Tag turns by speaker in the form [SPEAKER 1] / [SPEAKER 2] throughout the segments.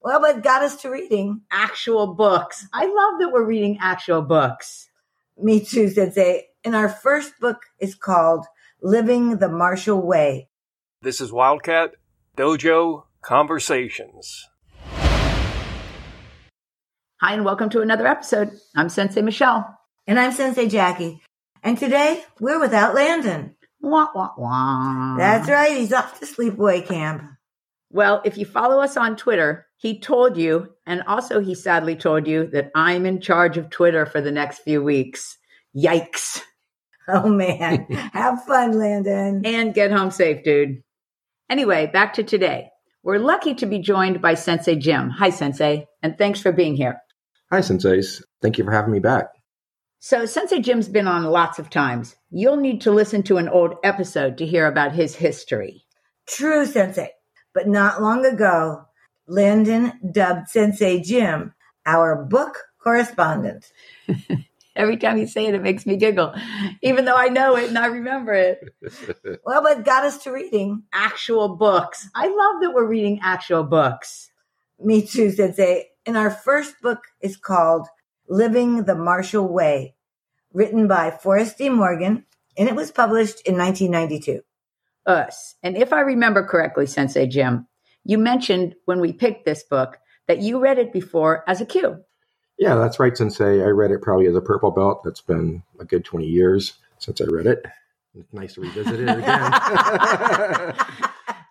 [SPEAKER 1] Well, but it got us to reading.
[SPEAKER 2] Actual books. I love that we're reading actual books.
[SPEAKER 1] Me too, Sensei. And our first book is called Living the Martial Way.
[SPEAKER 3] This is Wildcat Dojo Conversations.
[SPEAKER 2] Hi, and welcome to another episode. I'm Sensei Michelle.
[SPEAKER 1] And I'm Sensei Jackie. And today we're without Landon.
[SPEAKER 2] Wah, wah, wah.
[SPEAKER 1] That's right, he's off to sleepaway camp.
[SPEAKER 2] Well, if you follow us on Twitter, he told you, and also he sadly told you, that I'm in charge of Twitter for the next few weeks. Yikes.
[SPEAKER 1] Oh man, have fun, Landon.
[SPEAKER 2] And get home safe, dude. Anyway, back to today. We're lucky to be joined by Sensei Jim. Hi, Sensei, and thanks for being here.
[SPEAKER 4] Hi, Senseis. Thank you for having me back.
[SPEAKER 2] So, Sensei Jim's been on lots of times. You'll need to listen to an old episode to hear about his history.
[SPEAKER 1] True, Sensei. But not long ago, Landon dubbed Sensei Jim our book correspondent.
[SPEAKER 2] Every time you say it, it makes me giggle, even though I know it and I remember it.
[SPEAKER 1] Well, but it got us to reading.
[SPEAKER 2] Actual books. I love that we're reading actual books.
[SPEAKER 1] Me too, Sensei. And our first book is called Living the Martial Way, written by Forrest D. Morgan, and it was published in 1992.
[SPEAKER 2] Us. And if I remember correctly, Sensei Jim, you mentioned when we picked this book that you read it before as a cue.
[SPEAKER 4] Yeah, that's right, Sensei. I read it probably as a purple belt. That's been a good 20 years since I read it. It's nice to revisit it again.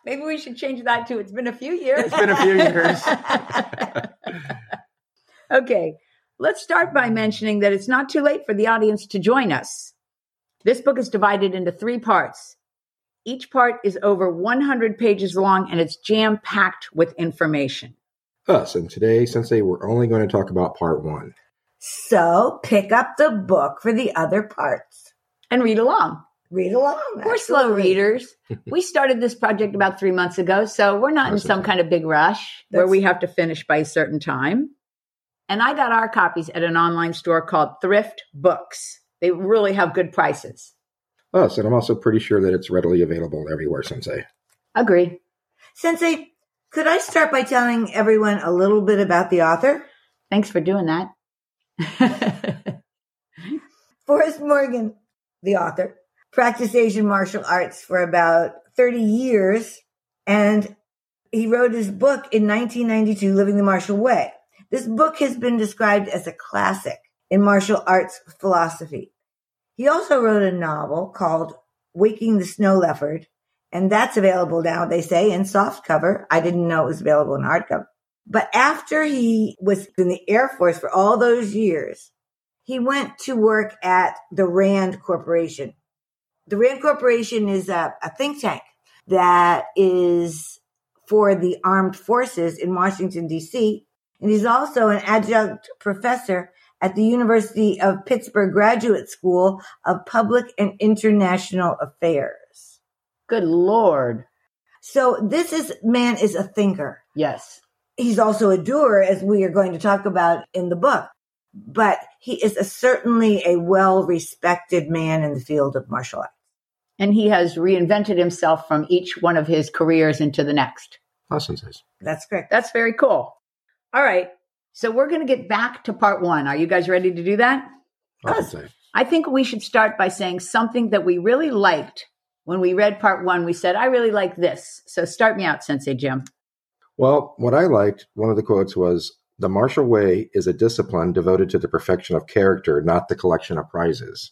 [SPEAKER 2] Maybe we should change that to it's been a few years.
[SPEAKER 4] it's been a few years.
[SPEAKER 2] Okay, let's start by mentioning that it's not too late for the audience to join us. This book is divided into three parts. Each part is over 100 pages long and it's jam packed with information.
[SPEAKER 4] Us. And today, Sensei, we're only going to talk about part one.
[SPEAKER 1] So pick up the book for the other parts.
[SPEAKER 2] And read along.
[SPEAKER 1] Read along.
[SPEAKER 2] We're slow
[SPEAKER 1] absolutely.
[SPEAKER 2] readers. we started this project about three months ago, so we're not in some kind of big rush where
[SPEAKER 1] That's-
[SPEAKER 2] we have to finish by a certain time. And I got our copies at an online store called Thrift Books. They really have good prices.
[SPEAKER 4] Us. And I'm also pretty sure that it's readily available everywhere, Sensei.
[SPEAKER 2] Agree.
[SPEAKER 1] Sensei, could I start by telling everyone a little bit about the author?
[SPEAKER 2] Thanks for doing that.
[SPEAKER 1] Forrest Morgan, the author, practiced Asian martial arts for about 30 years, and he wrote his book in 1992, Living the Martial Way. This book has been described as a classic in martial arts philosophy. He also wrote a novel called Waking the Snow Leopard, and that's available now, they say, in soft cover. I didn't know it was available in hardcover. But after he was in the Air Force for all those years, he went to work at the Rand Corporation. The Rand Corporation is a, a think tank that is for the armed forces in Washington, D.C. And he's also an adjunct professor at the University of Pittsburgh Graduate School of Public and International Affairs.
[SPEAKER 2] Good Lord.
[SPEAKER 1] So this is man is a thinker.
[SPEAKER 2] Yes.
[SPEAKER 1] he's also a doer, as we are going to talk about in the book. But he is a, certainly a well respected man in the field of martial arts.
[SPEAKER 2] And he has reinvented himself from each one of his careers into the next.
[SPEAKER 4] Us, Senseis.
[SPEAKER 1] That's correct.
[SPEAKER 2] That's very cool. All right. So we're going to get back to part one. Are you guys ready to do that?
[SPEAKER 4] Us, Sensei.
[SPEAKER 2] I think we should start by saying something that we really liked when we read part one. We said, I really like this. So start me out, Sensei Jim.
[SPEAKER 4] Well, what I liked, one of the quotes was The martial way is a discipline devoted to the perfection of character, not the collection of prizes.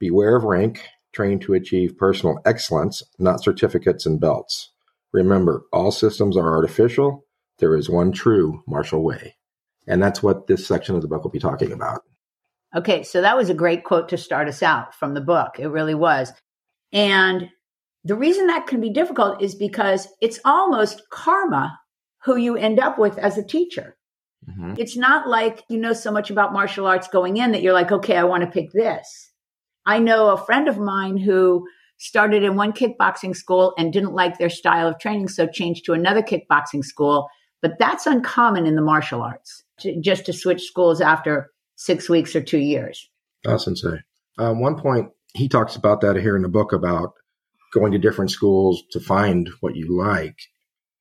[SPEAKER 4] Beware of rank, train to achieve personal excellence, not certificates and belts. Remember, all systems are artificial. There is one true martial way. And that's what this section of the book will be talking about.
[SPEAKER 2] Okay, so that was a great quote to start us out from the book. It really was. And the reason that can be difficult is because it's almost karma who you end up with as a teacher. It's not like you know so much about martial arts going in that you're like, okay, I want to pick this. I know a friend of mine who started in one kickboxing school and didn't like their style of training, so changed to another kickboxing school. But that's uncommon in the martial arts, to, just to switch schools after six weeks or two years.
[SPEAKER 4] Oh, sensei. Um, one point he talks about that here in the book about going to different schools to find what you like.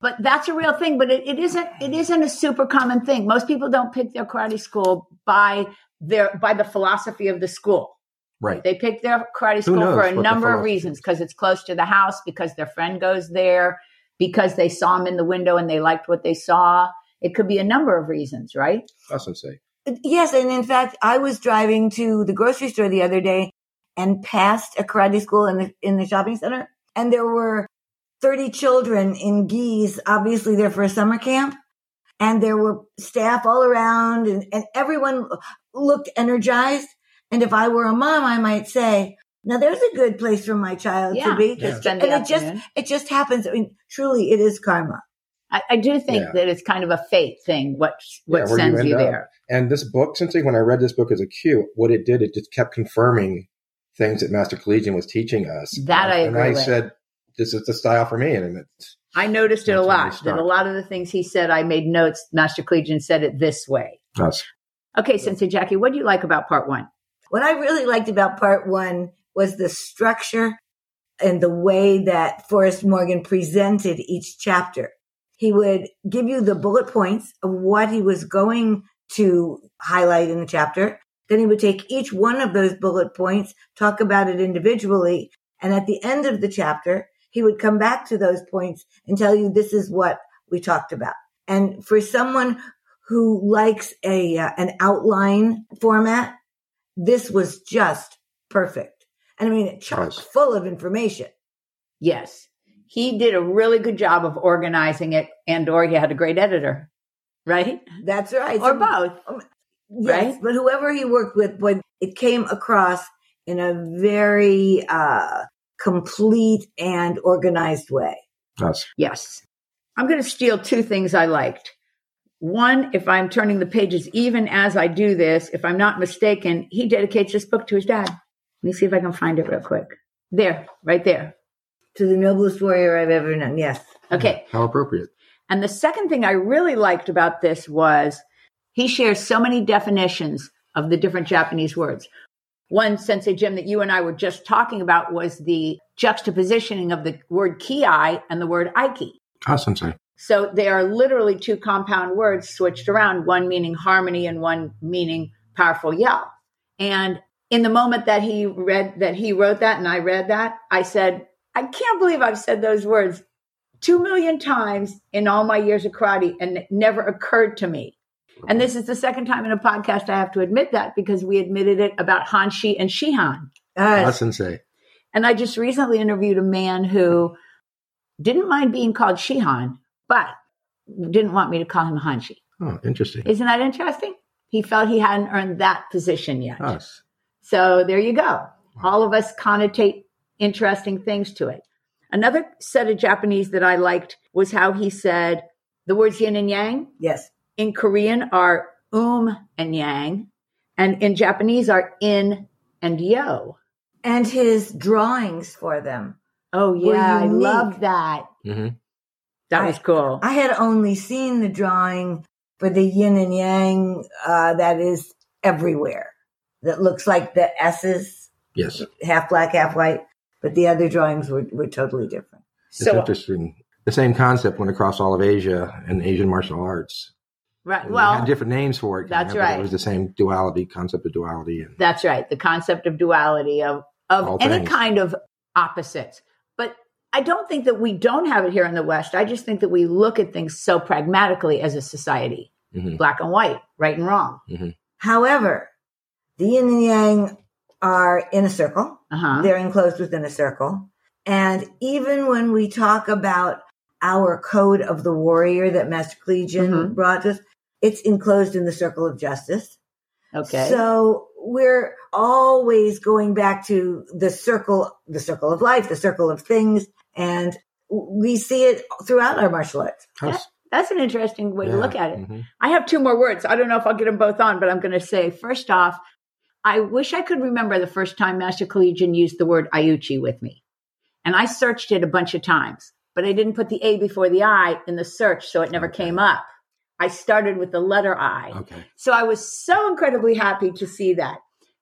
[SPEAKER 2] But that's a real thing. But it, it isn't. It isn't a super common thing. Most people don't pick their karate school by their by the philosophy of the school.
[SPEAKER 4] Right.
[SPEAKER 2] They pick their karate
[SPEAKER 4] Who
[SPEAKER 2] school for
[SPEAKER 4] knows
[SPEAKER 2] a
[SPEAKER 4] what the
[SPEAKER 2] number of
[SPEAKER 4] philosophy
[SPEAKER 2] reasons
[SPEAKER 4] is.
[SPEAKER 2] because it's close to the house, because their friend goes there, because they saw him in the window and they liked what they saw. It could be a number of reasons, right?
[SPEAKER 4] Awesome say.
[SPEAKER 1] Yes, and in fact, I was driving to the grocery store the other day and passed a karate school in the in the shopping center, and there were thirty children in gis. Obviously, there for a summer camp, and there were staff all around, and, and everyone looked energized. And if I were a mom, I might say, "Now there's a good place for my child
[SPEAKER 2] Yeah,
[SPEAKER 1] to be."
[SPEAKER 4] to
[SPEAKER 2] spend the
[SPEAKER 1] and it just
[SPEAKER 2] afternoon.
[SPEAKER 1] it just happens. I mean, truly, it is karma.
[SPEAKER 2] I, I do think
[SPEAKER 4] Yeah.
[SPEAKER 2] that it's kind of a fate thing. What
[SPEAKER 4] Yeah,
[SPEAKER 2] what
[SPEAKER 4] where you
[SPEAKER 2] sends
[SPEAKER 4] end
[SPEAKER 2] you
[SPEAKER 4] up.
[SPEAKER 2] there?
[SPEAKER 4] And this book, since like, when I read this book as a cue, what it did, it just kept confirming things that Master Collegian was teaching us.
[SPEAKER 2] That I
[SPEAKER 4] and
[SPEAKER 2] agree
[SPEAKER 4] I
[SPEAKER 2] with.
[SPEAKER 4] said, "This is the style for me." And it's
[SPEAKER 2] I noticed it a
[SPEAKER 4] That's where
[SPEAKER 2] lot.
[SPEAKER 4] we
[SPEAKER 2] That
[SPEAKER 4] start.
[SPEAKER 2] a lot of the things he said, I made notes. Master Collegian said it this way.
[SPEAKER 4] us.
[SPEAKER 2] Okay, Sensei Jackie, what do you like about part one?
[SPEAKER 1] What I really liked about part one was the structure and the way that Forrest Morgan presented each chapter. He would give you the bullet points of what he was going to highlight in the chapter. Then he would take each one of those bullet points, talk about it individually. And at the end of the chapter, he would come back to those points and tell you this is what we talked about. And for someone who likes a, uh, an outline format, this was just perfect. And I mean, chock
[SPEAKER 4] Nice.
[SPEAKER 1] full of information.
[SPEAKER 2] Yes, he did a really good job of organizing it, and or he had a great editor, right?
[SPEAKER 1] That's right.
[SPEAKER 2] Or
[SPEAKER 1] So-
[SPEAKER 2] both.
[SPEAKER 1] Yes,
[SPEAKER 2] right?
[SPEAKER 1] but whoever he worked with, boy, it came across in a very uh, complete and organized way.
[SPEAKER 4] Us.
[SPEAKER 2] Yes. I'm going to steal two things I liked. One, if I'm turning the pages, even as I do this, if I'm not mistaken, he dedicates this book to his dad. Let me see if I can find it real quick. There, right there.
[SPEAKER 1] To the noblest warrior I've ever known. Yes.
[SPEAKER 2] Okay.
[SPEAKER 4] How appropriate.
[SPEAKER 2] And the second thing I really liked about this was he shares so many definitions of the different Japanese words. One sensei Jim that you and I were just talking about was the juxtapositioning of the word ki and the word aiki.
[SPEAKER 4] Awesome say.
[SPEAKER 2] So they are literally two compound words switched around, one meaning harmony and one meaning powerful yell. And in the moment that he read that he wrote that and I read that, I said, I can't believe I've said those words two million times in all my years of karate and it never occurred to me. And this is the second time in a podcast I have to admit that because we admitted it about Hanshi and Shihan.
[SPEAKER 1] Uh,
[SPEAKER 4] Awesome say.
[SPEAKER 2] And I just recently interviewed a man who didn't mind being called Shihan, but didn't want me to call him Hanshi.
[SPEAKER 4] Oh, interesting.
[SPEAKER 2] Isn't that interesting? He felt he hadn't earned that position yet.
[SPEAKER 4] Us.
[SPEAKER 2] So there you go. All of us connotate interesting things to it. Another set of Japanese that I liked was how he said the words yin and yang
[SPEAKER 1] yes.
[SPEAKER 2] in Korean are um and yang, and in Japanese are in and yo.
[SPEAKER 1] And his drawings for them.
[SPEAKER 2] Oh,
[SPEAKER 1] Were
[SPEAKER 2] yeah. I
[SPEAKER 1] unique.
[SPEAKER 2] love that.
[SPEAKER 4] Mm-hmm.
[SPEAKER 2] That
[SPEAKER 1] I-
[SPEAKER 2] was cool.
[SPEAKER 1] I had only seen the drawing for the yin and yang uh, that is everywhere, that looks like the S's,
[SPEAKER 4] Yes.
[SPEAKER 1] half black, half white. But the other drawings were, were totally different.
[SPEAKER 4] It's interesting. The same concept went across all of Asia and Asian martial arts.
[SPEAKER 2] right.
[SPEAKER 4] They
[SPEAKER 2] Uh, Well,
[SPEAKER 4] had different names for it. kinda,
[SPEAKER 2] that's
[SPEAKER 4] but
[SPEAKER 2] right.
[SPEAKER 4] It was the same duality, concept of duality. And
[SPEAKER 2] That's right. The concept of duality of of
[SPEAKER 4] All
[SPEAKER 2] any
[SPEAKER 4] things.
[SPEAKER 2] kind of opposites. But I don't think that we don't have it here in the West. I just think that we look at things so pragmatically as a society,
[SPEAKER 4] Mhm.
[SPEAKER 2] black and white, right and wrong.
[SPEAKER 1] However, the yin and yang are in a circle.
[SPEAKER 2] Uh-huh.
[SPEAKER 1] They're enclosed within a circle. And even when we talk about our code of the warrior that Master Collegian
[SPEAKER 2] Mhm.
[SPEAKER 1] brought us, it's enclosed in the circle of justice.
[SPEAKER 2] Okay.
[SPEAKER 1] So we're always going back to the circle, the circle of life, the circle of things. And we see it throughout our martial arts.
[SPEAKER 4] us.
[SPEAKER 2] That's an interesting way to
[SPEAKER 4] Yeah.
[SPEAKER 2] look at it.
[SPEAKER 4] Mhm.
[SPEAKER 2] I have two more words. I don't know if I'll get them both on, but I'm going to say first off, I wish I could remember the first time Master Collegian used the word Ayuchi with me. And I searched it a bunch of times, but I didn't put the A before the I in the search, so it never
[SPEAKER 4] Okay.
[SPEAKER 2] came up. I started with the letter I.
[SPEAKER 4] Okay.
[SPEAKER 2] So I was so incredibly happy to see that.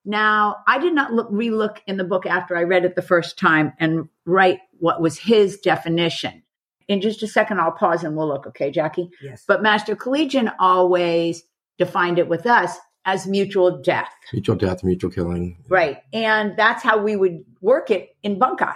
[SPEAKER 2] Now, I did not look, relook in the book after I read it the first time and write what was his definition. in just a second, I'll pause and we'll look. Okay, Jackie.
[SPEAKER 1] Yes.
[SPEAKER 2] But Master Collegian always defined it with us as mutual death.
[SPEAKER 4] Mutual death, mutual killing.
[SPEAKER 2] Right. And that's how we would work it in bunkai.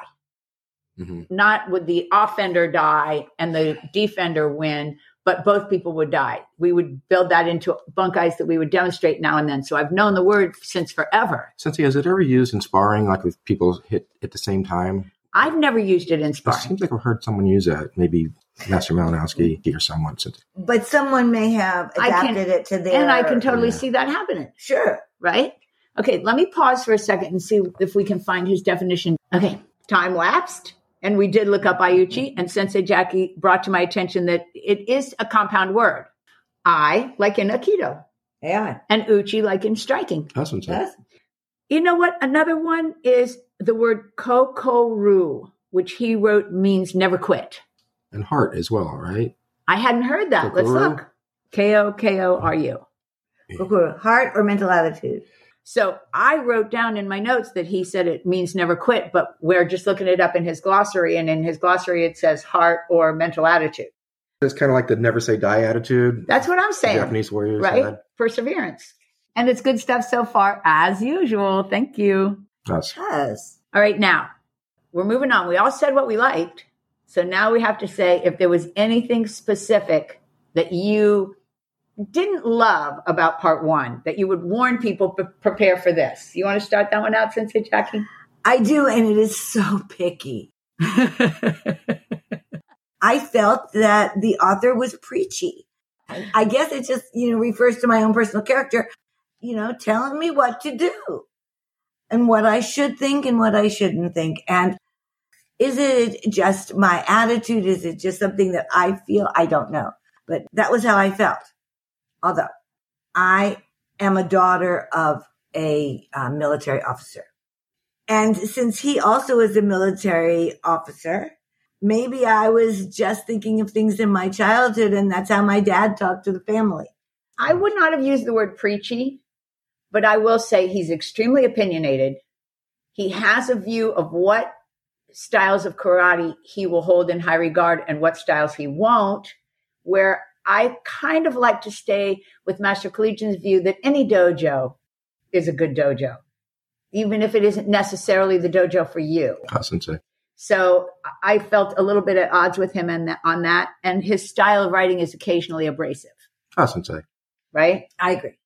[SPEAKER 4] Mhm.
[SPEAKER 2] Not would the offender die and the defender win, but both people would die. We would build that into bunkais that we would demonstrate now and then. So I've known the word since forever.
[SPEAKER 4] Sensei, is it ever used in sparring, like with people hit at the same time?
[SPEAKER 2] I've never used it in
[SPEAKER 4] It
[SPEAKER 2] sparring.
[SPEAKER 4] seems like I've heard someone use that. Maybe Master Malinowski or someone. Sensei.
[SPEAKER 1] But someone may have
[SPEAKER 2] I can-
[SPEAKER 1] adapted it to their.
[SPEAKER 2] And I can totally
[SPEAKER 4] Yeah.
[SPEAKER 2] see that happening.
[SPEAKER 1] Sure.
[SPEAKER 2] right? Okay, let me pause for a second and see if we can find his definition. Okay, time lapsed. And we did look up Ayuchi, and Sensei Jackie brought to my attention that it is a compound word. I, like in Aikido,
[SPEAKER 1] Yeah.
[SPEAKER 2] and Uchi, like in striking.
[SPEAKER 4] That's what I'm saying.
[SPEAKER 1] Yes.
[SPEAKER 2] You know what? Another one is the word kokoru, which he wrote means never quit.
[SPEAKER 4] And heart as well, right?
[SPEAKER 2] I hadn't heard that. Let's
[SPEAKER 4] Kokoru?
[SPEAKER 2] look. K O K O R U.
[SPEAKER 1] Kokoro, Heart or mental attitude.
[SPEAKER 2] So I wrote down in my notes that he said it means never quit, but we're just looking it up in his glossary. And in his glossary, it says heart or mental attitude.
[SPEAKER 4] It's kind of like the never say die attitude.
[SPEAKER 2] That's what I'm saying.
[SPEAKER 4] Japanese warriors
[SPEAKER 2] right?
[SPEAKER 4] had.
[SPEAKER 2] Perseverance. And it's good stuff so far, as usual. Thank you.
[SPEAKER 4] That's
[SPEAKER 1] Yes.
[SPEAKER 2] All right, now we're moving on. We all said what we liked. So now we have to say if there was anything specific that you didn't love about part one that you would warn people pre- prepare for this. You want to start that one out, Sensei Jackie?
[SPEAKER 1] I do, and it is so picky. I felt that the author was preachy. I I guess it just, you know, refers to my own personal character, you know, telling me what to do and what I should think and what I shouldn't think. And is it just my attitude? Is it just something that I feel? I don't know. But that was how I felt. Although I am a daughter of a uh, military officer. And since he also is a military officer, maybe I was just thinking of things in my childhood and that's how my dad talked to the family.
[SPEAKER 2] I would not have used the word preachy, but I will say he's extremely opinionated. He has a view of what styles of karate he will hold in high regard and what styles he won't, where I kind of like to stay with Master Collegian's view that any dojo is a good dojo, even if it isn't necessarily the dojo for you.
[SPEAKER 4] that's sensei.
[SPEAKER 2] So I felt a little bit at odds with him and on that. And his style of writing is occasionally abrasive,
[SPEAKER 4] That's sensei.
[SPEAKER 2] right?
[SPEAKER 1] I agree.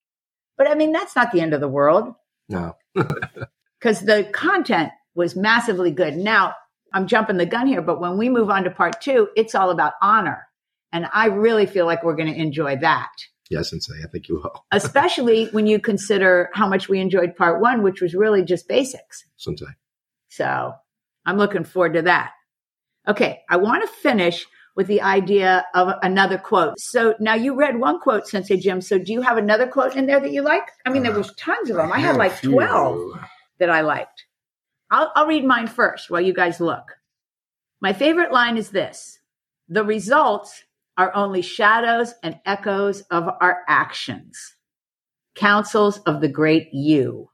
[SPEAKER 2] But I mean, that's not the end of the world
[SPEAKER 4] No.
[SPEAKER 2] because the content was massively good. Now, I'm jumping the gun here, but when we move on to part two, it's all about honor. And I really feel like we're going to enjoy that,
[SPEAKER 4] Yes, sensei. I think you will.
[SPEAKER 2] especially when you consider how much we enjoyed part one, which was really just basics.
[SPEAKER 4] Sensei.
[SPEAKER 2] So I'm looking forward to that. Okay, I want to finish with the idea of another quote. So now you read one quote, Sensei Jim. So do you have another quote in there that you like? I mean, there was tons of them. I had
[SPEAKER 4] have a
[SPEAKER 2] like
[SPEAKER 4] few.
[SPEAKER 2] 12 that I liked. I'll, I'll read mine first while you guys look. My favorite line is this The results are only shadows and echoes of our actions. Councils of the great you.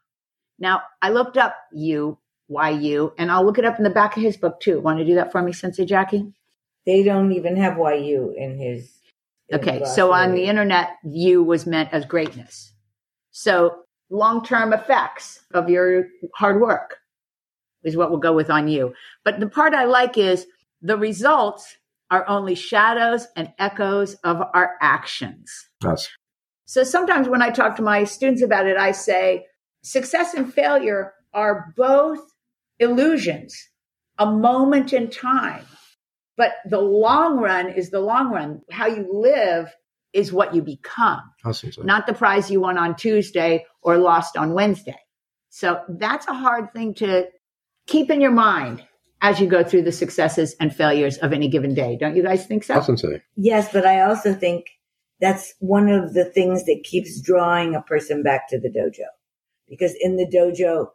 [SPEAKER 2] Now, I looked up you, why you, and I'll look it up in the back of his book too. Want to do that for me, Sensei Jackie?
[SPEAKER 1] They don't even have YU in his. in
[SPEAKER 2] Okay,
[SPEAKER 1] his
[SPEAKER 2] so on the
[SPEAKER 1] glossary.
[SPEAKER 2] internet, you was meant as greatness. So long term effects of your hard work is what we'll go with on you. But the part I like is the results are only shadows and echoes of our actions.
[SPEAKER 4] That's
[SPEAKER 2] So sometimes when I talk to my students about it, I say success and failure are both illusions, a moment in time. But the long run is the long run. How you live is what you become,
[SPEAKER 4] that's sensei.
[SPEAKER 2] not the prize you won on Tuesday or lost on Wednesday. So that's a hard thing to keep in your mind as you go through the successes and failures of any given day. Don't you guys think so?
[SPEAKER 4] That's sensei.
[SPEAKER 1] Yes, but I also think that's one of the things that keeps drawing a person back to the dojo. Because in the dojo,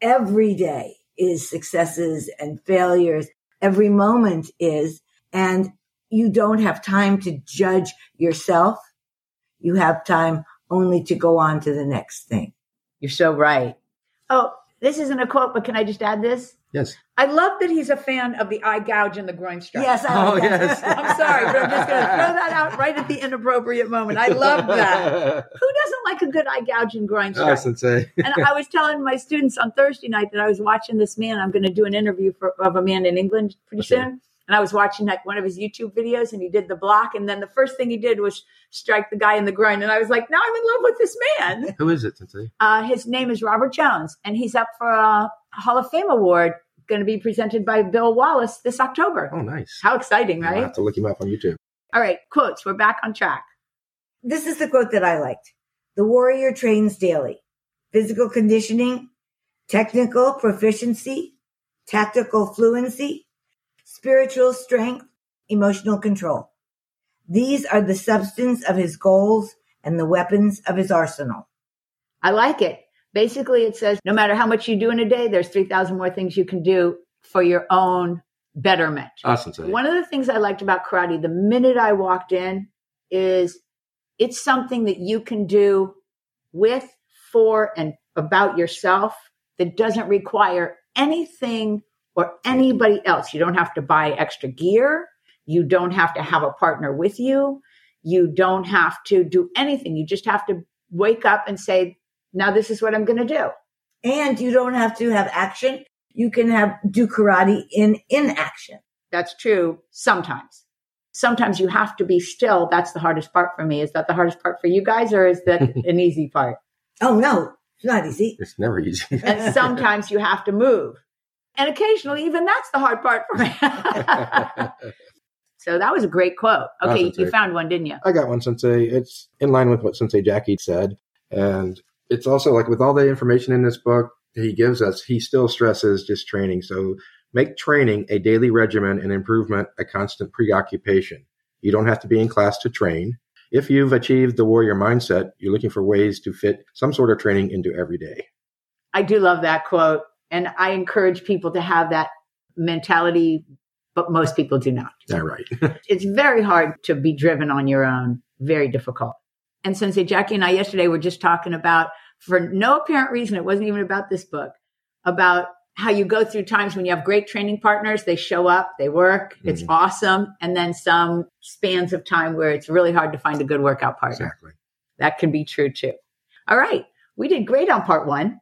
[SPEAKER 1] every day is successes and failures. Every moment is, and you don't have time to judge yourself. You have time only to go on to the next thing.
[SPEAKER 2] You're so right. Oh, this isn't a quote, but can I just add this?
[SPEAKER 4] Yes.
[SPEAKER 2] I love that he's a fan of the eye gouge and the groin strap.
[SPEAKER 1] Yes. I
[SPEAKER 4] Oh,
[SPEAKER 1] like that.
[SPEAKER 4] yes.
[SPEAKER 2] I'm sorry, but I'm just going to throw that out right at the inappropriate moment. I love that. Who doesn't like a good eye gouge and groin
[SPEAKER 4] oh,
[SPEAKER 2] strap?
[SPEAKER 4] sensei.
[SPEAKER 2] and I was telling my students on Thursday night that I was watching this man. I'm going to do an interview for, of a man in England pretty
[SPEAKER 4] Okay.
[SPEAKER 2] soon. And I was watching like one of his YouTube videos, and he did the block. And then the first thing he did was strike the guy in the groin. And I was like, now I'm in love with this man.
[SPEAKER 4] Who is it, sensei?
[SPEAKER 2] Uh, his name is Robert Jones, and he's up for a Hall of Fame award going to be presented by Bill Wallace this October.
[SPEAKER 4] Oh, nice.
[SPEAKER 2] How exciting,
[SPEAKER 4] I'll
[SPEAKER 2] right?
[SPEAKER 4] have to look him up on YouTube.
[SPEAKER 2] All right, quotes. We're back on track.
[SPEAKER 1] This is the quote that I liked. The warrior trains daily. Physical conditioning, technical proficiency, tactical fluency, spiritual strength, emotional control. These are the substance of his goals and the weapons of his arsenal.
[SPEAKER 2] I like it. Basically, it says no matter how much you do in a day, there's 3,000 more things you can do for your own betterment.
[SPEAKER 4] Ah, sensei.
[SPEAKER 2] One of the things I liked about karate the minute I walked in is it's something that you can do with, for, and about yourself that doesn't require anything or anybody else. You don't have to buy extra gear. You don't have to have a partner with you. You don't have to do anything. You just have to wake up and say, now this is what I'm going to do.
[SPEAKER 1] And you don't have to have action. You can have do karate in inaction.
[SPEAKER 2] That's true sometimes. Sometimes you have to be still. That's the hardest part for me. Is that the hardest part for you guys or is that an easy part?
[SPEAKER 1] Oh no, it's not easy.
[SPEAKER 4] It's never easy.
[SPEAKER 2] And sometimes you have to move. And occasionally, even that's the hard part for me. so that was a great quote. Okay,
[SPEAKER 4] Awesome,
[SPEAKER 2] you
[SPEAKER 4] Terry.
[SPEAKER 2] found one, didn't you?
[SPEAKER 4] I got one, Sensei. It's in line with what Sensei Jackie said. And it's also like with all the information in this book he gives us, he still stresses just training. So make training a daily regimen and improvement a constant preoccupation. You don't have to be in class to train. If you've achieved the warrior mindset, you're looking for ways to fit some sort of training into every day.
[SPEAKER 2] I do love that quote. And I encourage people to have that mentality, but most people do not.
[SPEAKER 4] All right.
[SPEAKER 2] it's very hard to be driven on your own. Very difficult. And Sensei Jackie and I yesterday were just talking about, for no apparent reason, it wasn't even about this book, about how you go through times when you have great training partners, they show up, they work, it's
[SPEAKER 4] Mhm.
[SPEAKER 2] awesome. And then some spans of time where it's really hard to find a good workout partner.
[SPEAKER 4] exactly.
[SPEAKER 2] That can be true too. All right. We did great on part one.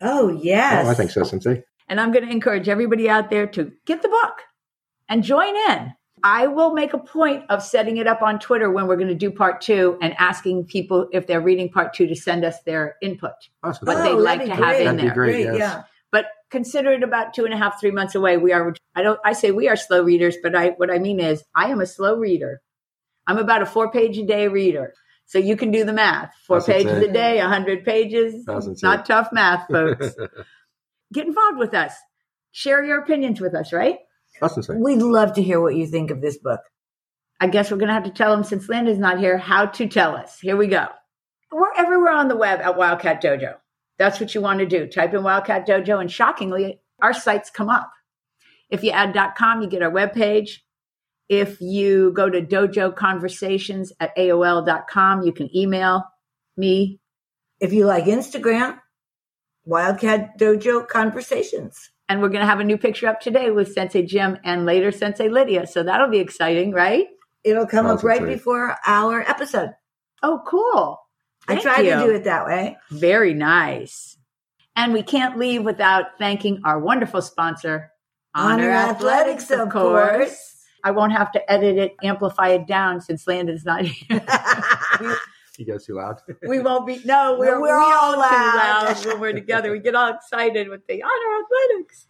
[SPEAKER 1] Oh yes.
[SPEAKER 4] Oh, I think so, Sensei.
[SPEAKER 2] And I'm going to encourage everybody out there to get the book and join in. I will make a point of setting it up on Twitter when we're going to do part two and asking people if they're reading part two to send us their input.
[SPEAKER 4] Awesome.
[SPEAKER 2] What
[SPEAKER 1] Oh,
[SPEAKER 2] they'd like
[SPEAKER 1] that'd
[SPEAKER 2] to
[SPEAKER 1] be
[SPEAKER 2] have
[SPEAKER 1] great.
[SPEAKER 2] in
[SPEAKER 4] That'd be
[SPEAKER 2] there.
[SPEAKER 4] great, yes.
[SPEAKER 1] yeah.
[SPEAKER 2] But consider it about two and a half, three months away. We are, I don't, I say we are slow readers, but I, what I mean is I am a slow reader. I'm about a four page a day reader. So you can do the math. Four
[SPEAKER 4] That's insane.
[SPEAKER 2] pages a day, a hundred pages.
[SPEAKER 4] That's
[SPEAKER 2] It's
[SPEAKER 4] insane.
[SPEAKER 2] not tough math, folks. Get involved with us. Share your opinions with us, right?
[SPEAKER 4] awesome, Sensei.
[SPEAKER 1] We'd love to hear what you think of this book.
[SPEAKER 2] I guess we're going to have to tell them since Linda's not here how to tell us. Here we go. We're everywhere on the web at Wildcat Dojo. That's what you want to do. Type in Wildcat Dojo, and shockingly, our sites come up. If you add .com, you get our webpage. If you go to dojo conversations at AOL.com, you can email me.
[SPEAKER 1] If you like Instagram, Wildcat Dojo Conversations.
[SPEAKER 2] And we're going to have a new picture up today with Sensei Jim and later Sensei Lydia. So that'll be exciting, right?
[SPEAKER 1] It'll come up
[SPEAKER 4] Awesome,
[SPEAKER 1] right
[SPEAKER 4] great.
[SPEAKER 1] before our episode.
[SPEAKER 2] Oh, cool.
[SPEAKER 1] I
[SPEAKER 2] Thank
[SPEAKER 1] tried
[SPEAKER 2] you.
[SPEAKER 1] to do it that way.
[SPEAKER 2] Very nice. And we can't leave without thanking our wonderful sponsor, Honor, Athletics, of course. I won't have to edit it, amplify it down since Landon's not here.
[SPEAKER 1] course.
[SPEAKER 4] You guys too loud?
[SPEAKER 2] we won't be, no, we're,
[SPEAKER 1] we're
[SPEAKER 2] we're all
[SPEAKER 1] all
[SPEAKER 2] too
[SPEAKER 1] loud.
[SPEAKER 2] loud when we're together. We get all excited with the Honor Athletics.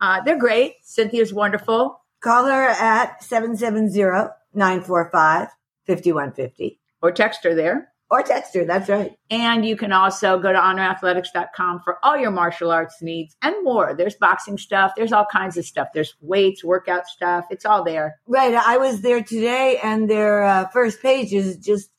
[SPEAKER 2] Uh, they're great. Cynthia's wonderful.
[SPEAKER 1] Call her at 770-945-5150
[SPEAKER 2] Or text her there.
[SPEAKER 1] or text her. That's right.
[SPEAKER 2] And you can also go to honorathletics.com for all your martial arts needs and more. There's boxing stuff, there's all kinds of stuff. There's weights, workout stuff. It's all there.
[SPEAKER 1] Right. I was there today and their uh, first page is just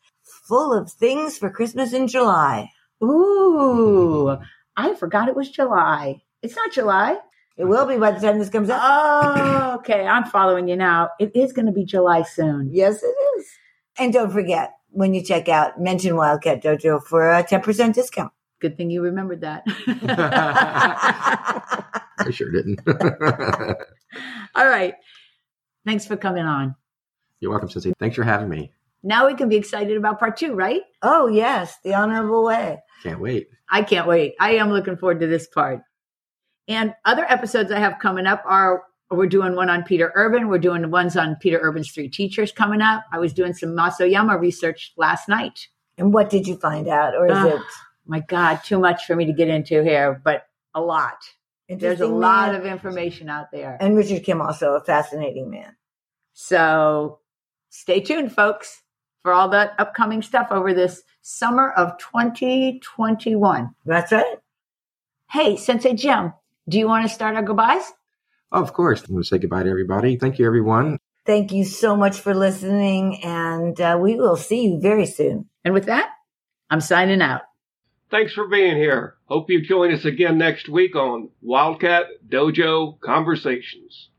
[SPEAKER 1] full of things for Christmas in July.
[SPEAKER 2] Ooh, I forgot it was July. It's not July.
[SPEAKER 1] It will be by the time this comes out.
[SPEAKER 2] Oh, okay. I'm following you now. It is going to be July soon.
[SPEAKER 1] Yes, it is. And don't forget, when you check out, mention Wildcat Dojo for a 10% discount.
[SPEAKER 2] Good thing you remembered that.
[SPEAKER 4] I sure didn't.
[SPEAKER 2] All right. Thanks for coming on.
[SPEAKER 4] You're welcome, Cincy. Thanks for having me.
[SPEAKER 2] Now we can be excited about part two, right?
[SPEAKER 1] Oh, yes, the honorable way.
[SPEAKER 4] Can't wait.
[SPEAKER 2] I can't wait. I am looking forward to this part. And other episodes I have coming up are we're doing one on Peter Urban. We're doing ones on Peter Urban's three teachers coming up. I was doing some Masoyama research last night.
[SPEAKER 1] And what did you find out? Or is
[SPEAKER 2] Ah,
[SPEAKER 1] it
[SPEAKER 2] My God, too much for me to get into here, but a lot. There's a
[SPEAKER 1] interesting
[SPEAKER 2] lot
[SPEAKER 1] man?
[SPEAKER 2] of information out there.
[SPEAKER 1] And Richard Kim, also a fascinating man.
[SPEAKER 2] So stay tuned, folks, for all the upcoming stuff over this summer of 2021.
[SPEAKER 1] That's right.
[SPEAKER 2] Hey, Sensei Jim, do you want to start our goodbyes?
[SPEAKER 4] Oh, Of course. I'm going to say goodbye to everybody. Thank you, everyone.
[SPEAKER 1] Thank you so much for listening, and uh, we will see you very soon.
[SPEAKER 2] And with that, I'm signing out.
[SPEAKER 3] Thanks for being here. Hope you join us again next week on Wildcat Dojo Conversations.